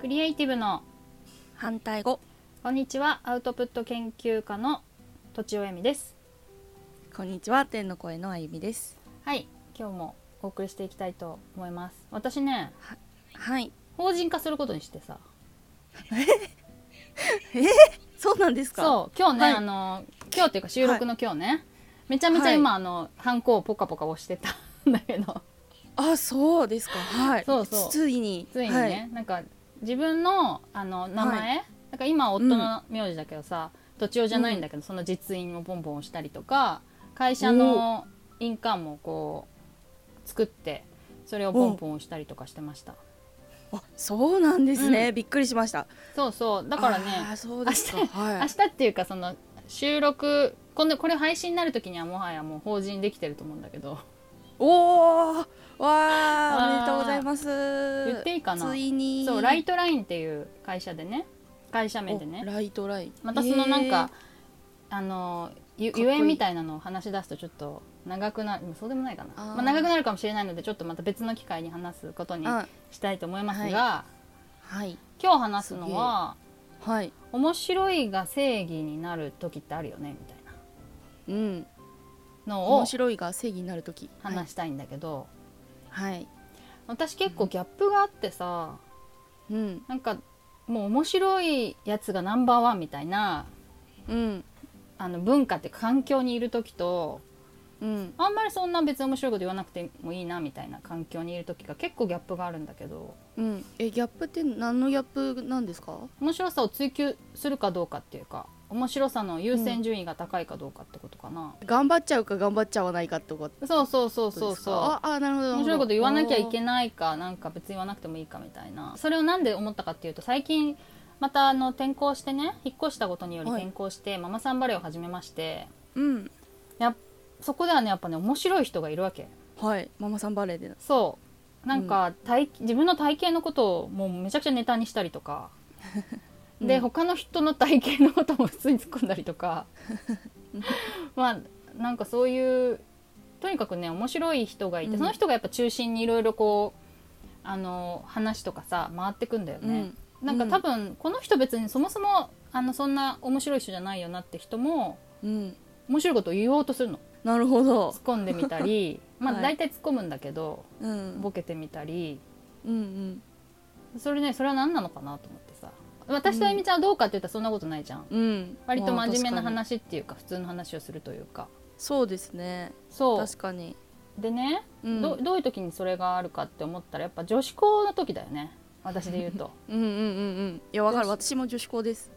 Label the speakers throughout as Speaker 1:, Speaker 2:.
Speaker 1: クリエイティブの
Speaker 2: 反対語
Speaker 1: こんにちはアウトプット研究家のとちおえみです
Speaker 2: こんにちは天の声のあゆみです
Speaker 1: はい今日もお送りしていきたいと思います私ね
Speaker 2: はい
Speaker 1: 法人化することにしてさ
Speaker 2: そうなんですか
Speaker 1: そう今日ね、
Speaker 2: はい
Speaker 1: あの今日っていうか収録の今日ね、めちゃめちゃ今、あのハンコをポカポカ押してたんだけど
Speaker 2: あそうですかはい
Speaker 1: そうそう
Speaker 2: ついに
Speaker 1: ついにね、
Speaker 2: はい、
Speaker 1: なんか自分のあの名前、なんか今夫の名字だけどさ、土地じゃないんだけど、その実印をボンボン押したりとか会社の印鑑もこう作ってそれをボンボン押したりとかしてました
Speaker 2: あそうなんですね、
Speaker 1: う
Speaker 2: びっくりしました
Speaker 1: そうそうだからね
Speaker 2: あーそうですかは
Speaker 1: 明
Speaker 2: い
Speaker 1: 日っていうかその収録このこれ配信になる時にはもはやもう法人できてると思うんだけど
Speaker 2: おーわ
Speaker 1: ー
Speaker 2: ーおめでとうございます
Speaker 1: 言っていいかな
Speaker 2: ついに
Speaker 1: そうライトラインっていう会社でね会社名でね
Speaker 2: おライトライン
Speaker 1: またそのなんか、あのゆ
Speaker 2: かっこいい
Speaker 1: ゆえんみたいなのを話し出すとちょっと長くなるそうでもないかな
Speaker 2: あー
Speaker 1: まあ、長くなるかもしれないのでちょっとまた別の機会に話すこと
Speaker 2: え
Speaker 1: に
Speaker 2: ーあ
Speaker 1: したいと思いますが、
Speaker 2: はい
Speaker 1: 今日話すのは
Speaker 2: はい
Speaker 1: 「面白いが正義になる時ってあるよね」みたい
Speaker 2: うん
Speaker 1: なのを
Speaker 2: 面白いが正義になる時
Speaker 1: 話したいんだけど、
Speaker 2: はい、はい、
Speaker 1: 私結構ギャップがあってさ
Speaker 2: うん
Speaker 1: なんかもう面白いやつがナンバーワンみたいな
Speaker 2: うん
Speaker 1: あの文化って環境にいる時と
Speaker 2: うん
Speaker 1: あんまりそんな別に面白いこと言わなくてもいいなみたいな環境にいる時が結構ギャップがあるんだけど
Speaker 2: うん、えギャップって何のギャップなんですか
Speaker 1: 面白さを追求するかどうかっていうか面白さの優先順位が高いかどうかってことかな、
Speaker 2: 頑張っちゃうか頑張っちゃわないかってこと
Speaker 1: そうそうそう
Speaker 2: ですか
Speaker 1: そうそ
Speaker 2: ああなるほ
Speaker 1: う
Speaker 2: ど
Speaker 1: 面白いこと言わなきゃいけ
Speaker 2: な
Speaker 1: な
Speaker 2: い
Speaker 1: いかなんか別に言わなくてもいいかみたいなそれをなんで思ったかっていうと最近またあの転校してね引っ越したことにより
Speaker 2: はい
Speaker 1: 転校して、ママさんバレーを始めまして
Speaker 2: うん
Speaker 1: やっそこではねやっぱね面白い人がいるわけ
Speaker 2: はいママさんバレーで
Speaker 1: そうなんか、体自分の体型のことをもうめちゃくちゃネタにしたりと か、で
Speaker 2: うん
Speaker 1: 他の人の体型のことも普通に突っ込んだりとか まあなんかそういうとにかくね面白い人がいて、
Speaker 2: うん
Speaker 1: その人がやっぱ中心にいろいろこうあの話とかさ回ってくんだよね、
Speaker 2: うん
Speaker 1: なんか多分この人別にそもそもあのそんな面白い人じゃないよなって人も
Speaker 2: うん
Speaker 1: 面白いことを言おうとするの
Speaker 2: なるほど
Speaker 1: 突っ込んでみた りま
Speaker 2: は
Speaker 1: あ
Speaker 2: い
Speaker 1: 大体突っ込むんだけど、
Speaker 2: うん
Speaker 1: ボケてみたり
Speaker 2: うんうん
Speaker 1: それねそれは何なのかなと思ってさ私とあゆみちゃんはどうかって言ったらそんなことないじゃん、
Speaker 2: うん
Speaker 1: 割と真面目な
Speaker 2: まあ確かに
Speaker 1: 話っていうか普通の話をするというか
Speaker 2: そうですね
Speaker 1: そう
Speaker 2: 確かに
Speaker 1: でね、
Speaker 2: うん
Speaker 1: どどういう時にそれがあるかって思ったらやっぱ女子校の時だよね私で言う と
Speaker 2: うんうんうんうんいやわかる私も女子校です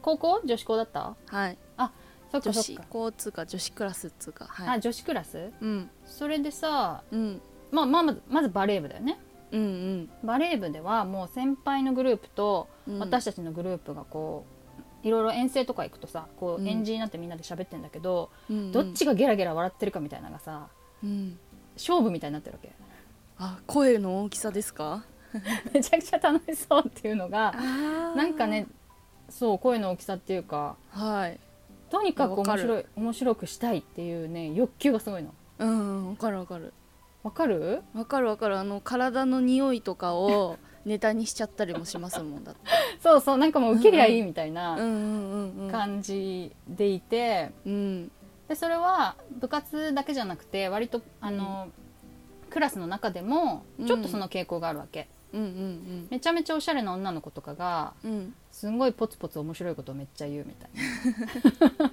Speaker 1: 高校女子校だった
Speaker 2: はい
Speaker 1: そっか
Speaker 2: 女
Speaker 1: そっ
Speaker 2: 子
Speaker 1: か、
Speaker 2: 校っつうか女子クラスっつうかは
Speaker 1: あ
Speaker 2: い
Speaker 1: 女子クラス
Speaker 2: うん
Speaker 1: それでさ、
Speaker 2: うん
Speaker 1: まあ、まあまずまずバレー部だよね
Speaker 2: うん
Speaker 1: バレー部ではもう先輩のグループと
Speaker 2: うん
Speaker 1: 私たちのグループがこういろいろ遠征とか行くとさこ
Speaker 2: う
Speaker 1: うん演じになってみんなで喋ってんだけど、
Speaker 2: うんうん
Speaker 1: どっちがゲラゲラ笑ってるかみたいなのがさ
Speaker 2: うん
Speaker 1: 勝負みたいになってるわ
Speaker 2: あ声の大きさですか
Speaker 1: けめちゃくちゃ楽しそうっていうのがな
Speaker 2: なん
Speaker 1: かねそう声の大きさっていうか
Speaker 2: はい
Speaker 1: とにかく
Speaker 2: わか
Speaker 1: 面
Speaker 2: る
Speaker 1: 白い面白くしたいっていうね欲求がすごいの
Speaker 2: うんわかるわかる
Speaker 1: わかる
Speaker 2: わかるわかるあの体の匂いとかをネタにしちゃったりもしますも んだって
Speaker 1: そうそうなんかもう受けりゃいいみたいな
Speaker 2: うんうんうん
Speaker 1: 感じでいて
Speaker 2: うん
Speaker 1: でそれは部活だけじゃなくて割とあの、クラスの中でも
Speaker 2: うん
Speaker 1: ちょっとその傾向があるわけ、
Speaker 2: うんうん
Speaker 1: めちゃめちゃおしゃれな女の子とかが
Speaker 2: うんうん
Speaker 1: すんごいポツポツ面白いことをめっちゃ言うみたいな。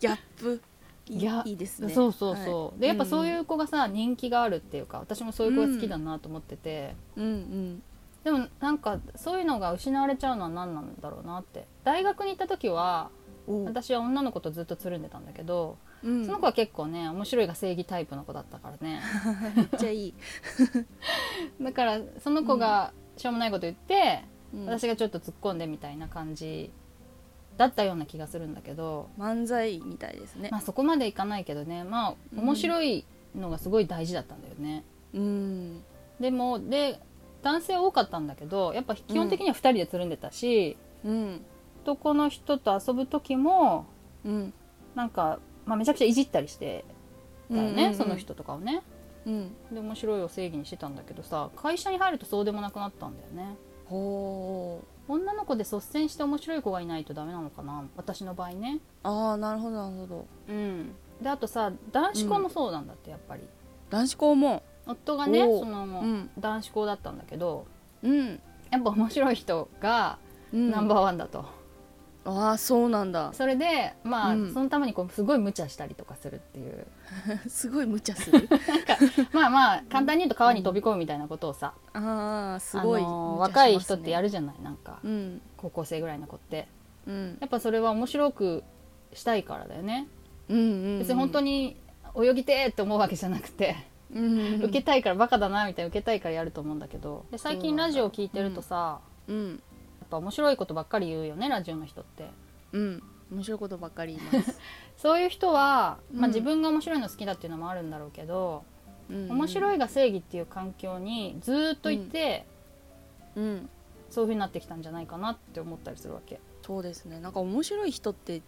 Speaker 2: ギャップい
Speaker 1: ギャ
Speaker 2: いいですね
Speaker 1: そうそうそう、でやっぱそういうう子がさ人気があるっていうか私もそういう子が好きだなと思ってて、
Speaker 2: うんうん
Speaker 1: でもなんかそういうのが失われちゃうのは何なんだろうなって大学に行った時は
Speaker 2: おう
Speaker 1: 私は女の子とずっとつるんでたんだけど、
Speaker 2: うん
Speaker 1: その子は結構ね面白いが正義タイプの子だったからね
Speaker 2: めっちゃいい
Speaker 1: だからその子がしょうもないこと言って、
Speaker 2: うん
Speaker 1: 私がちょっと突っ込んでみたいな感じだったような気がするんだけど、
Speaker 2: 漫才みたいですね
Speaker 1: まあ、そこまでいかないけどねまあ
Speaker 2: うん
Speaker 1: 面白いのがすごい大事だったんだよね。
Speaker 2: うん
Speaker 1: でもで男性多かったんだけどやっぱ基本的には2人でつるんでたし、
Speaker 2: うん
Speaker 1: 男の人と遊ぶ時も
Speaker 2: うん
Speaker 1: なんか、まあ、めちゃくちゃいじったりしてたよね、
Speaker 2: うんうんうん
Speaker 1: その人とかをね
Speaker 2: うん
Speaker 1: で面白いを正義にしてたんだけどさ会社に入るとそうでもなくなったんだよね
Speaker 2: ほ
Speaker 1: 女の子で率先して面白い子がいないとダメなのかな私の場合ね
Speaker 2: うああなるほどなるほど
Speaker 1: うんであとさ男子校もそうなんだってやっぱり、
Speaker 2: 男子校も
Speaker 1: 夫がね
Speaker 2: おう
Speaker 1: その、
Speaker 2: うん
Speaker 1: 男子校だったんだけど
Speaker 2: うん、
Speaker 1: やっぱ面白い人が
Speaker 2: うん、
Speaker 1: ナンバーワンだと、
Speaker 2: ああそうなんだ
Speaker 1: それでまあ、
Speaker 2: うん
Speaker 1: そのためにこうすごい無茶したりとかするっていう
Speaker 2: すごい無茶する
Speaker 1: まあまあ簡単に言うと川に飛び込むみたいなことをさ、
Speaker 2: ああすごい、
Speaker 1: あのー若い人ってや
Speaker 2: る
Speaker 1: るじゃないなんか
Speaker 2: うん
Speaker 1: 高校生ぐらいの子って
Speaker 2: うん
Speaker 1: やっぱそれは面白くしたいからだよね
Speaker 2: うんうん
Speaker 1: 別に本当
Speaker 2: に、
Speaker 1: に泳ぎてーって思うわけじゃなくて、
Speaker 2: うんうんうん、
Speaker 1: 受けたいからバカだなみたいな受けたいからやると思うんだけどで最
Speaker 2: そう
Speaker 1: 近
Speaker 2: なんだ
Speaker 1: ラジオを聞いてるとさ、
Speaker 2: うん
Speaker 1: やっぱ面白いことばっかり言うよねラジオの人って
Speaker 2: うん面白いことばっかり言います、
Speaker 1: そういう人は、ま
Speaker 2: う
Speaker 1: あ、
Speaker 2: ん
Speaker 1: 自分が面白いの好きだっていうのもあるんだろうけど、
Speaker 2: うん、
Speaker 1: 面白
Speaker 2: い
Speaker 1: いが正義っていう環境にずーっといて、
Speaker 2: うん
Speaker 1: そういう風になってきたんじゃないかなって思ったりするわけ
Speaker 2: そうですねなんか面白い人って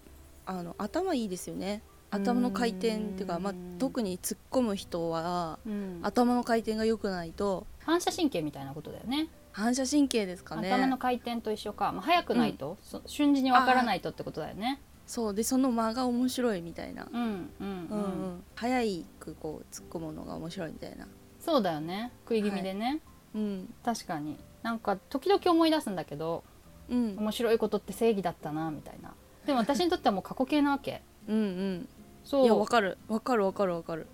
Speaker 2: あの頭いいですよね頭の回転っていうか、まあ
Speaker 1: うーん、
Speaker 2: 特に突っ込む人は
Speaker 1: うん
Speaker 2: 頭の回転が良くないと
Speaker 1: 反射神経みたいなことだよね
Speaker 2: 反射神経ですかね
Speaker 1: 頭の回転と一緒か、まあ、早くないと、そ瞬時にわからないとってことだよね
Speaker 2: そうでその間が面白いみたいな、
Speaker 1: うんうんう、
Speaker 2: うんんうん、早いくこう突っ込むのが面白いみたいな
Speaker 1: そうだよね食い気味でね、
Speaker 2: うん
Speaker 1: 確かになんか時々思い出すんだけど
Speaker 2: うん
Speaker 1: 面白いことって正義だったなみたいなでも私にとってはもう過去形なわけ
Speaker 2: うんうんいや
Speaker 1: そ
Speaker 2: わ
Speaker 1: う
Speaker 2: かるわかるわかるわかる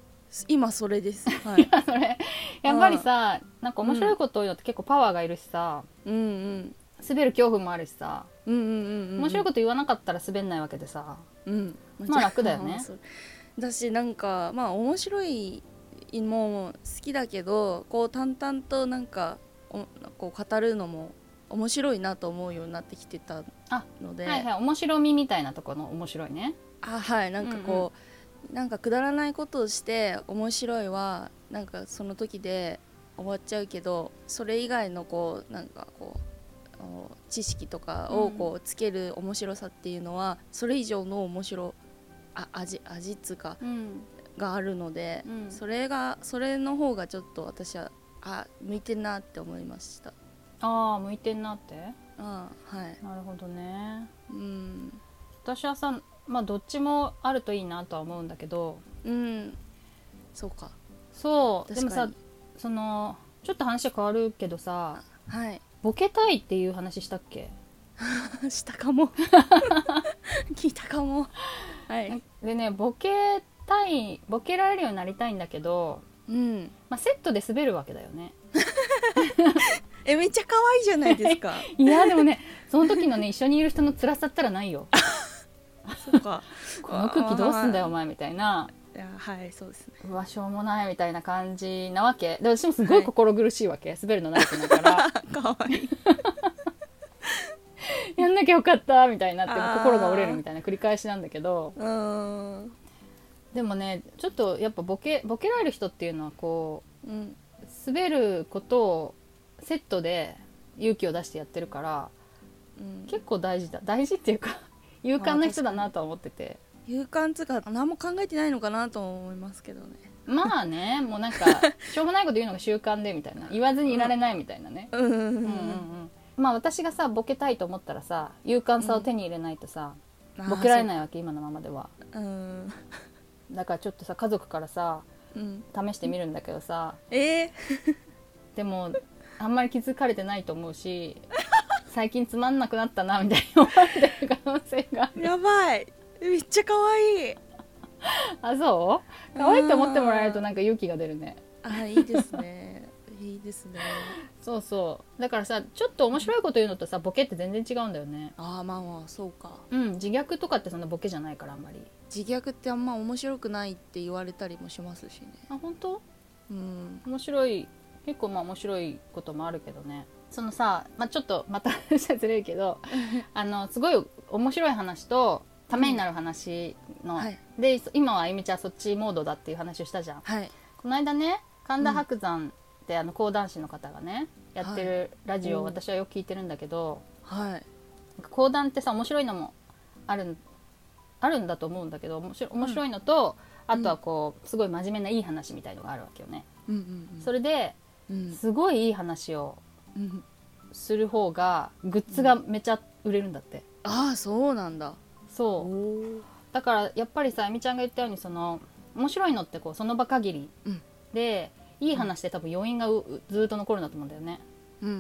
Speaker 2: 今そ れですはい
Speaker 1: それやっぱりさなんか面白いことを言うのって結構パワーがいるしさ
Speaker 2: うんうん
Speaker 1: 滑る恐怖もあるしさ
Speaker 2: うんうんうんうん
Speaker 1: 面白いこと言わなかったら滑んないわけでさ
Speaker 2: うん、
Speaker 1: まあ楽だよね
Speaker 2: そうだしなんかまあ面白いもう好きだけどこう淡々となんかおこう語るのも面白いなと思うようになってきてた
Speaker 1: あ
Speaker 2: ので
Speaker 1: はいはい面白みみたいなところの面白いね
Speaker 2: あはいなんかこう、なんかくだらないことをして面白いはなんかその時で終わっちゃうけどそれ以外のこうなんかこうあの知識とかをこうつける面白さっていうのは、それ以上の面白あ味味っつうか
Speaker 1: うん
Speaker 2: があるので、
Speaker 1: うん
Speaker 2: それがそれの方がちょっと私はあ向いてんなって思いました
Speaker 1: ああ向いてんなって
Speaker 2: あはい
Speaker 1: なるほどね
Speaker 2: うん
Speaker 1: 私はさまあどっちもあるといいなとは思うんだけど
Speaker 2: うんそうか
Speaker 1: そうで
Speaker 2: 確
Speaker 1: も
Speaker 2: か
Speaker 1: さ
Speaker 2: に
Speaker 1: そのちょっと話変わるけどさ
Speaker 2: はい
Speaker 1: ボケたいっていう話したっけ
Speaker 2: したかも聞いたかもはい
Speaker 1: でねボケたいボケられるようになりたいんだけど、
Speaker 2: うん
Speaker 1: まあ、セットで滑るわけだよね
Speaker 2: えめっちゃ可愛いじゃないです か
Speaker 1: いやでもね その時のね一緒にいる人の辛さったらないよ
Speaker 2: そうか
Speaker 1: この空気どうすんだよお前みたいない
Speaker 2: やはいそうですね
Speaker 1: うわしょうもないみたいな感じなわけで私もすごい心苦しいわけ、滑るの慣れてないから
Speaker 2: 可愛い
Speaker 1: やんなきゃよかったみたいになって
Speaker 2: あー
Speaker 1: 心が折れるみたいな繰り返しなんだけど
Speaker 2: うーん
Speaker 1: でもねちょっとやっぱボケボケられる人っていうのはこう
Speaker 2: うん
Speaker 1: 滑ることをセットで勇気を出してやってるから
Speaker 2: うん
Speaker 1: 結構大事だ大事っていう か勇敢な人だなとは思ってて
Speaker 2: 勇敢つうか何も考えてないのかなとも思いますけどね
Speaker 1: まあねもう なんかしょうもないこと言うのが習慣でみたいな言わずにいられないみたいなね、
Speaker 2: うんうんう
Speaker 1: うんんうんうん、まあ私がさボケたいと思ったらさ勇敢さを手に入れないとさ、
Speaker 2: うん
Speaker 1: ボケられないわけ今のままでは
Speaker 2: うん
Speaker 1: だからちょっとさ家族からさ
Speaker 2: うん
Speaker 1: 試してみるんだけどさ
Speaker 2: えー、
Speaker 1: でもあんまり気づかれてないと思うし最近つまんなくなったなみたいな思われてる可能性がある
Speaker 2: やばいめっちゃ可愛い
Speaker 1: あそう可愛いと思ってもらえるとなんか勇気が出るね
Speaker 2: あいいですねいいですね
Speaker 1: そうそうだからさちょっと面白いこと言うのとさボケって全然違うんだよね
Speaker 2: ああまあまあそうか
Speaker 1: うん自虐とかってそんなボケじゃないからあんまり
Speaker 2: 自虐ってあんま面白くないって言われたりもしますしね
Speaker 1: あ本当
Speaker 2: うん
Speaker 1: 面白い結構まあ面白いこともあるけどねそのさ、まあ、ちょっとまた話ずれるけどあのすごい面白い話とためになる話の、
Speaker 2: はい
Speaker 1: でそ今はあゆみちゃんそっちモードだっていう話をしたじゃん
Speaker 2: はい
Speaker 1: この間ね神田伯山って、あの講談師の方がねやってるラジオを
Speaker 2: はい
Speaker 1: 私はよく聞いてるんだけど、
Speaker 2: はい
Speaker 1: なんか講談ってさ面白いのもあるんあるんだと思うんだけど面白面白いのと、あとはこうすごい真面目ないい話みたいのがあるわけよね。
Speaker 2: うんうんうん
Speaker 1: それで
Speaker 2: うん
Speaker 1: すごいいい話を
Speaker 2: うん
Speaker 1: する方がグッズがめちゃ売れるんだって、
Speaker 2: ああそうなんだお
Speaker 1: そう
Speaker 2: ー
Speaker 1: だからやっぱりさあみちゃんが言ったようにその面白いのってこうその場限り、
Speaker 2: うん
Speaker 1: でいい話で多分余韻がううずーっと残るんだと思うんだよね
Speaker 2: うんう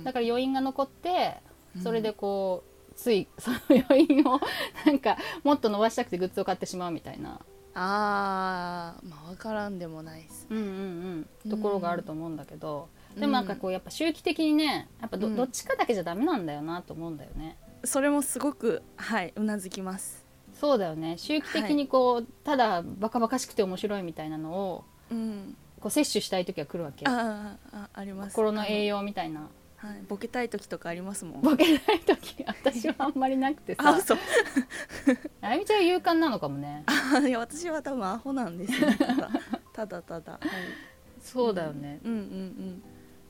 Speaker 2: ん
Speaker 1: だから余韻が残って
Speaker 2: うん
Speaker 1: それでこう、つい その余韻をなんかもっと伸ばしたくてグッズを買ってしまうみたいな、
Speaker 2: あーまあ分からんでもないです
Speaker 1: うんうんうん、ところがあると思うんだけど、でもなんかこうやっぱ周期的にねやっぱど,、
Speaker 2: うん
Speaker 1: どっちかだけじゃダメなんだよなと思うんだよね。
Speaker 2: それもすごくはいうなずきます
Speaker 1: そうだよね周期的にこう、ただバカバカしくて面白いみたいなのを
Speaker 2: うん
Speaker 1: こう摂取したい時は来るわけ
Speaker 2: あーああります
Speaker 1: 心の栄
Speaker 2: 養
Speaker 1: 養みたいな
Speaker 2: はいボケたい時とかありますもん
Speaker 1: ボケない時私はあんまりなくてさ
Speaker 2: あそう
Speaker 1: あゆみちゃんは勇敢なのかもね
Speaker 2: あいや私は多分アホなんですよただただただ、はい、
Speaker 1: そうだよね、
Speaker 2: うんうん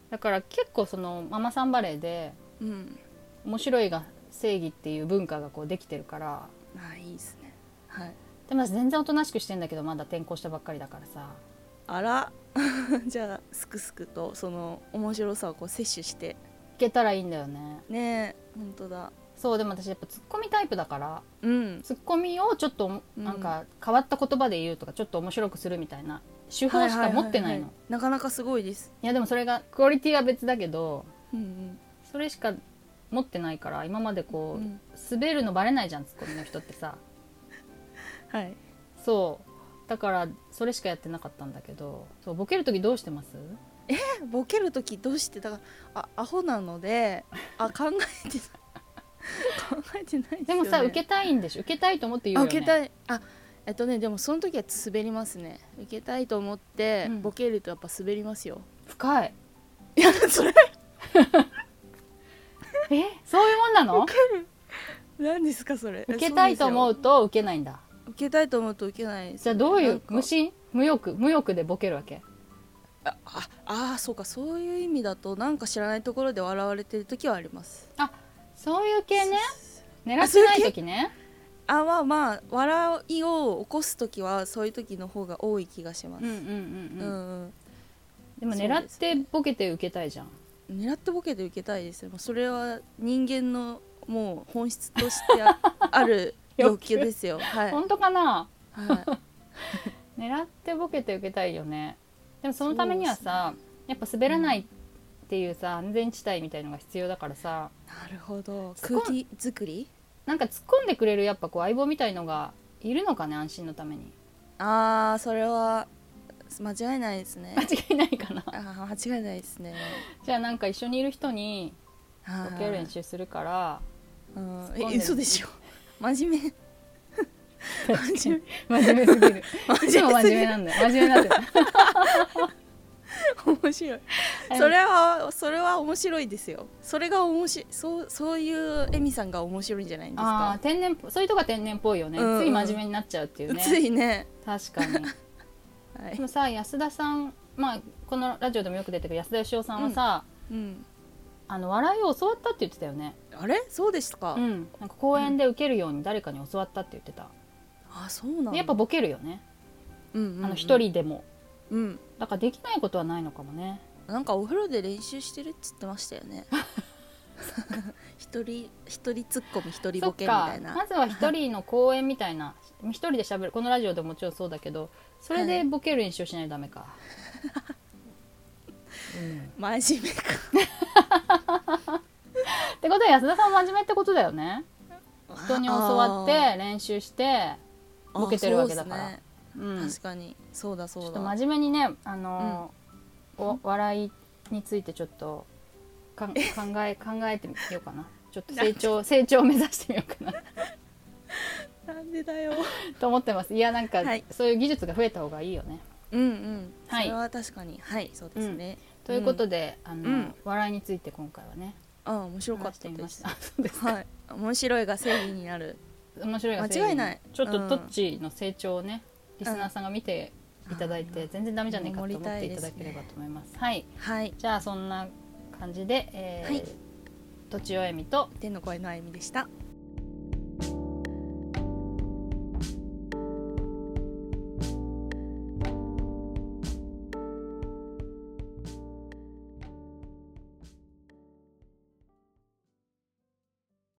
Speaker 1: だから結構そのママさんバレーで
Speaker 2: うんうん
Speaker 1: 面白いが正義っていう文化がこうできてるから
Speaker 2: あいいですねはい
Speaker 1: でも私全然おとなしくしてんだけどまだ転校したばっかりだからさ
Speaker 2: あら じゃあすくすくとその面白さをこう摂取して
Speaker 1: いけたらいいんだよね
Speaker 2: ねえ本当だ
Speaker 1: そうでも私やっぱツッコミタイプだから
Speaker 2: うん
Speaker 1: ツッコミをちょっとなんか変わった言葉で言うとかちょっと面白くするみたいな手法しか持ってな
Speaker 2: はい
Speaker 1: の
Speaker 2: はははなかなかすごいです
Speaker 1: いやでもそれがクオリティは別だけど
Speaker 2: うん
Speaker 1: それしか持ってないから今まで
Speaker 2: う
Speaker 1: こう、
Speaker 2: ん、うん、
Speaker 1: 滑るのバレないじゃんツッコミの人ってさ
Speaker 2: はい
Speaker 1: そうだからそれしかやってなかったんだけどそうボケる時どうしてます
Speaker 2: ボケる時どうしてだからあアホなのであ考えてない 考えてないですよ、ね、
Speaker 1: でもさ、受けたいんでしょ受けたいと思って言
Speaker 2: あ
Speaker 1: うよ
Speaker 2: 受
Speaker 1: ね
Speaker 2: けたいあえっとねでもその時は滑りますね受けたいと思って、
Speaker 1: うん
Speaker 2: ボケるとやっぱ滑りますよ
Speaker 1: 深い
Speaker 2: いやそれ
Speaker 1: え そういうもんなの
Speaker 2: 何ですかそれ
Speaker 1: 受けたいと思
Speaker 2: う
Speaker 1: うと受けないんだ
Speaker 2: 受けたいと思うと受けないです
Speaker 1: じゃあどうい
Speaker 2: なん
Speaker 1: う
Speaker 2: か
Speaker 1: 無心無欲無欲でボケるわけ
Speaker 2: あああーそうかそういう意味だとなんか知らないところで笑われてる時はあります
Speaker 1: そういう系ね狙
Speaker 2: あ
Speaker 1: って
Speaker 2: そういう
Speaker 1: な
Speaker 2: 系
Speaker 1: い時ね
Speaker 2: あまあまあ笑いを起こす時はそういう時の方が多い気がします、
Speaker 1: うんうん
Speaker 2: うん
Speaker 1: う
Speaker 2: うん
Speaker 1: うん、
Speaker 2: ん
Speaker 1: でも
Speaker 2: そ
Speaker 1: 狙
Speaker 2: う
Speaker 1: っ
Speaker 2: です
Speaker 1: てボケて受けたいじゃん
Speaker 2: 狙ってボケて受けたいですよもうそれは人間のもう本質としてあ ある欲求ですよはい、
Speaker 1: 本当かな
Speaker 2: はい、
Speaker 1: 狙ってボケて受けたいよねでもそのためにはさ、やっぱ滑らないっていうさ安全地帯みたいのが必要だからさ
Speaker 2: なるほど
Speaker 1: そこ
Speaker 2: 空気作り
Speaker 1: なんか突っ込んでくれるやっぱこう相棒みたいのがいるのかね安心のために
Speaker 2: ああそれは間違いないですね
Speaker 1: 間違いない かな
Speaker 2: あー間違いないですね
Speaker 1: じゃあなんか一緒にいる人に
Speaker 2: はい
Speaker 1: ボケる練習するから
Speaker 2: うん
Speaker 1: 突っ込んで
Speaker 2: え
Speaker 1: る
Speaker 2: 嘘 でしょ真面目真面
Speaker 1: 真面目すぎる
Speaker 2: 目
Speaker 1: いつも真
Speaker 2: す
Speaker 1: 面
Speaker 2: ぎ
Speaker 1: 目なんだよ真面目なんだよ
Speaker 2: 面白いそれはそれは面白いですよそれが面白いそうそういうエミさんが面白いんじゃないんです
Speaker 1: ああ
Speaker 2: か
Speaker 1: 天然っぽそういうとこが天然っぽいよね、
Speaker 2: うんうん
Speaker 1: つい真面目になっちゃうっていうね
Speaker 2: ついね
Speaker 1: 確かに
Speaker 2: は
Speaker 1: で
Speaker 2: い
Speaker 1: もさ安田さんまあこのラジオでもよく出てる安田義雄さんはさ、
Speaker 2: うん
Speaker 1: あの笑いを教わったって言ってたよね
Speaker 2: あれそうでしたか、
Speaker 1: うんなんか公園で受けるように誰かに教わったって言ってた、
Speaker 2: あそうなんだ
Speaker 1: でやっぱ、ボケるよね
Speaker 2: うんうんうん
Speaker 1: あの一、人でも
Speaker 2: うん、
Speaker 1: だからできないことはないのかもね
Speaker 2: なんかお風呂で練習してるっつってましたよ ね一人一人ツッコミ一人
Speaker 1: そ
Speaker 2: ボ
Speaker 1: っ
Speaker 2: ケみた
Speaker 1: か
Speaker 2: いな
Speaker 1: まずは一人の公演みたいな一人で喋るこのラジオでももちろんそうだけどそれでボケる練習をしないとダメか、うん、
Speaker 2: 真面目か
Speaker 1: ってことは安田さんは真面目ってことだよね人に教わっ
Speaker 2: あ
Speaker 1: て練習して
Speaker 2: ー
Speaker 1: ボケてるわけだから
Speaker 2: あーそう
Speaker 1: うん
Speaker 2: ですね確かにそうだそう
Speaker 1: ち
Speaker 2: だ
Speaker 1: ょっと真面目にね、あのーお笑いについてちょっとかん考え 考えてみようかなちょっと成長成長を目指してみようかな
Speaker 2: なんでだよ
Speaker 1: と思ってますいやなんか、
Speaker 2: はい
Speaker 1: そういう技術が増えた方がいいよね
Speaker 2: うんうん、
Speaker 1: はい
Speaker 2: それは確かにはいそうですね、
Speaker 1: ということで、あのー
Speaker 2: うん
Speaker 1: 笑いについて今回はね
Speaker 2: ああ面白かっ
Speaker 1: 話して
Speaker 2: た
Speaker 1: み
Speaker 2: で
Speaker 1: まし
Speaker 2: す
Speaker 1: た そうですか
Speaker 2: はい面白いが正義になる
Speaker 1: 面白いが正義
Speaker 2: 間違いない
Speaker 1: ちょっ
Speaker 2: うん
Speaker 1: とどっちの成長をね、リスナーさんが見ていただいて、全然ダメじゃねえかと思っていただければと思いますはい
Speaker 2: はい
Speaker 1: じゃあそんな感じで、えー
Speaker 2: はい
Speaker 1: とちおえみと
Speaker 2: 天の声のあゆみでした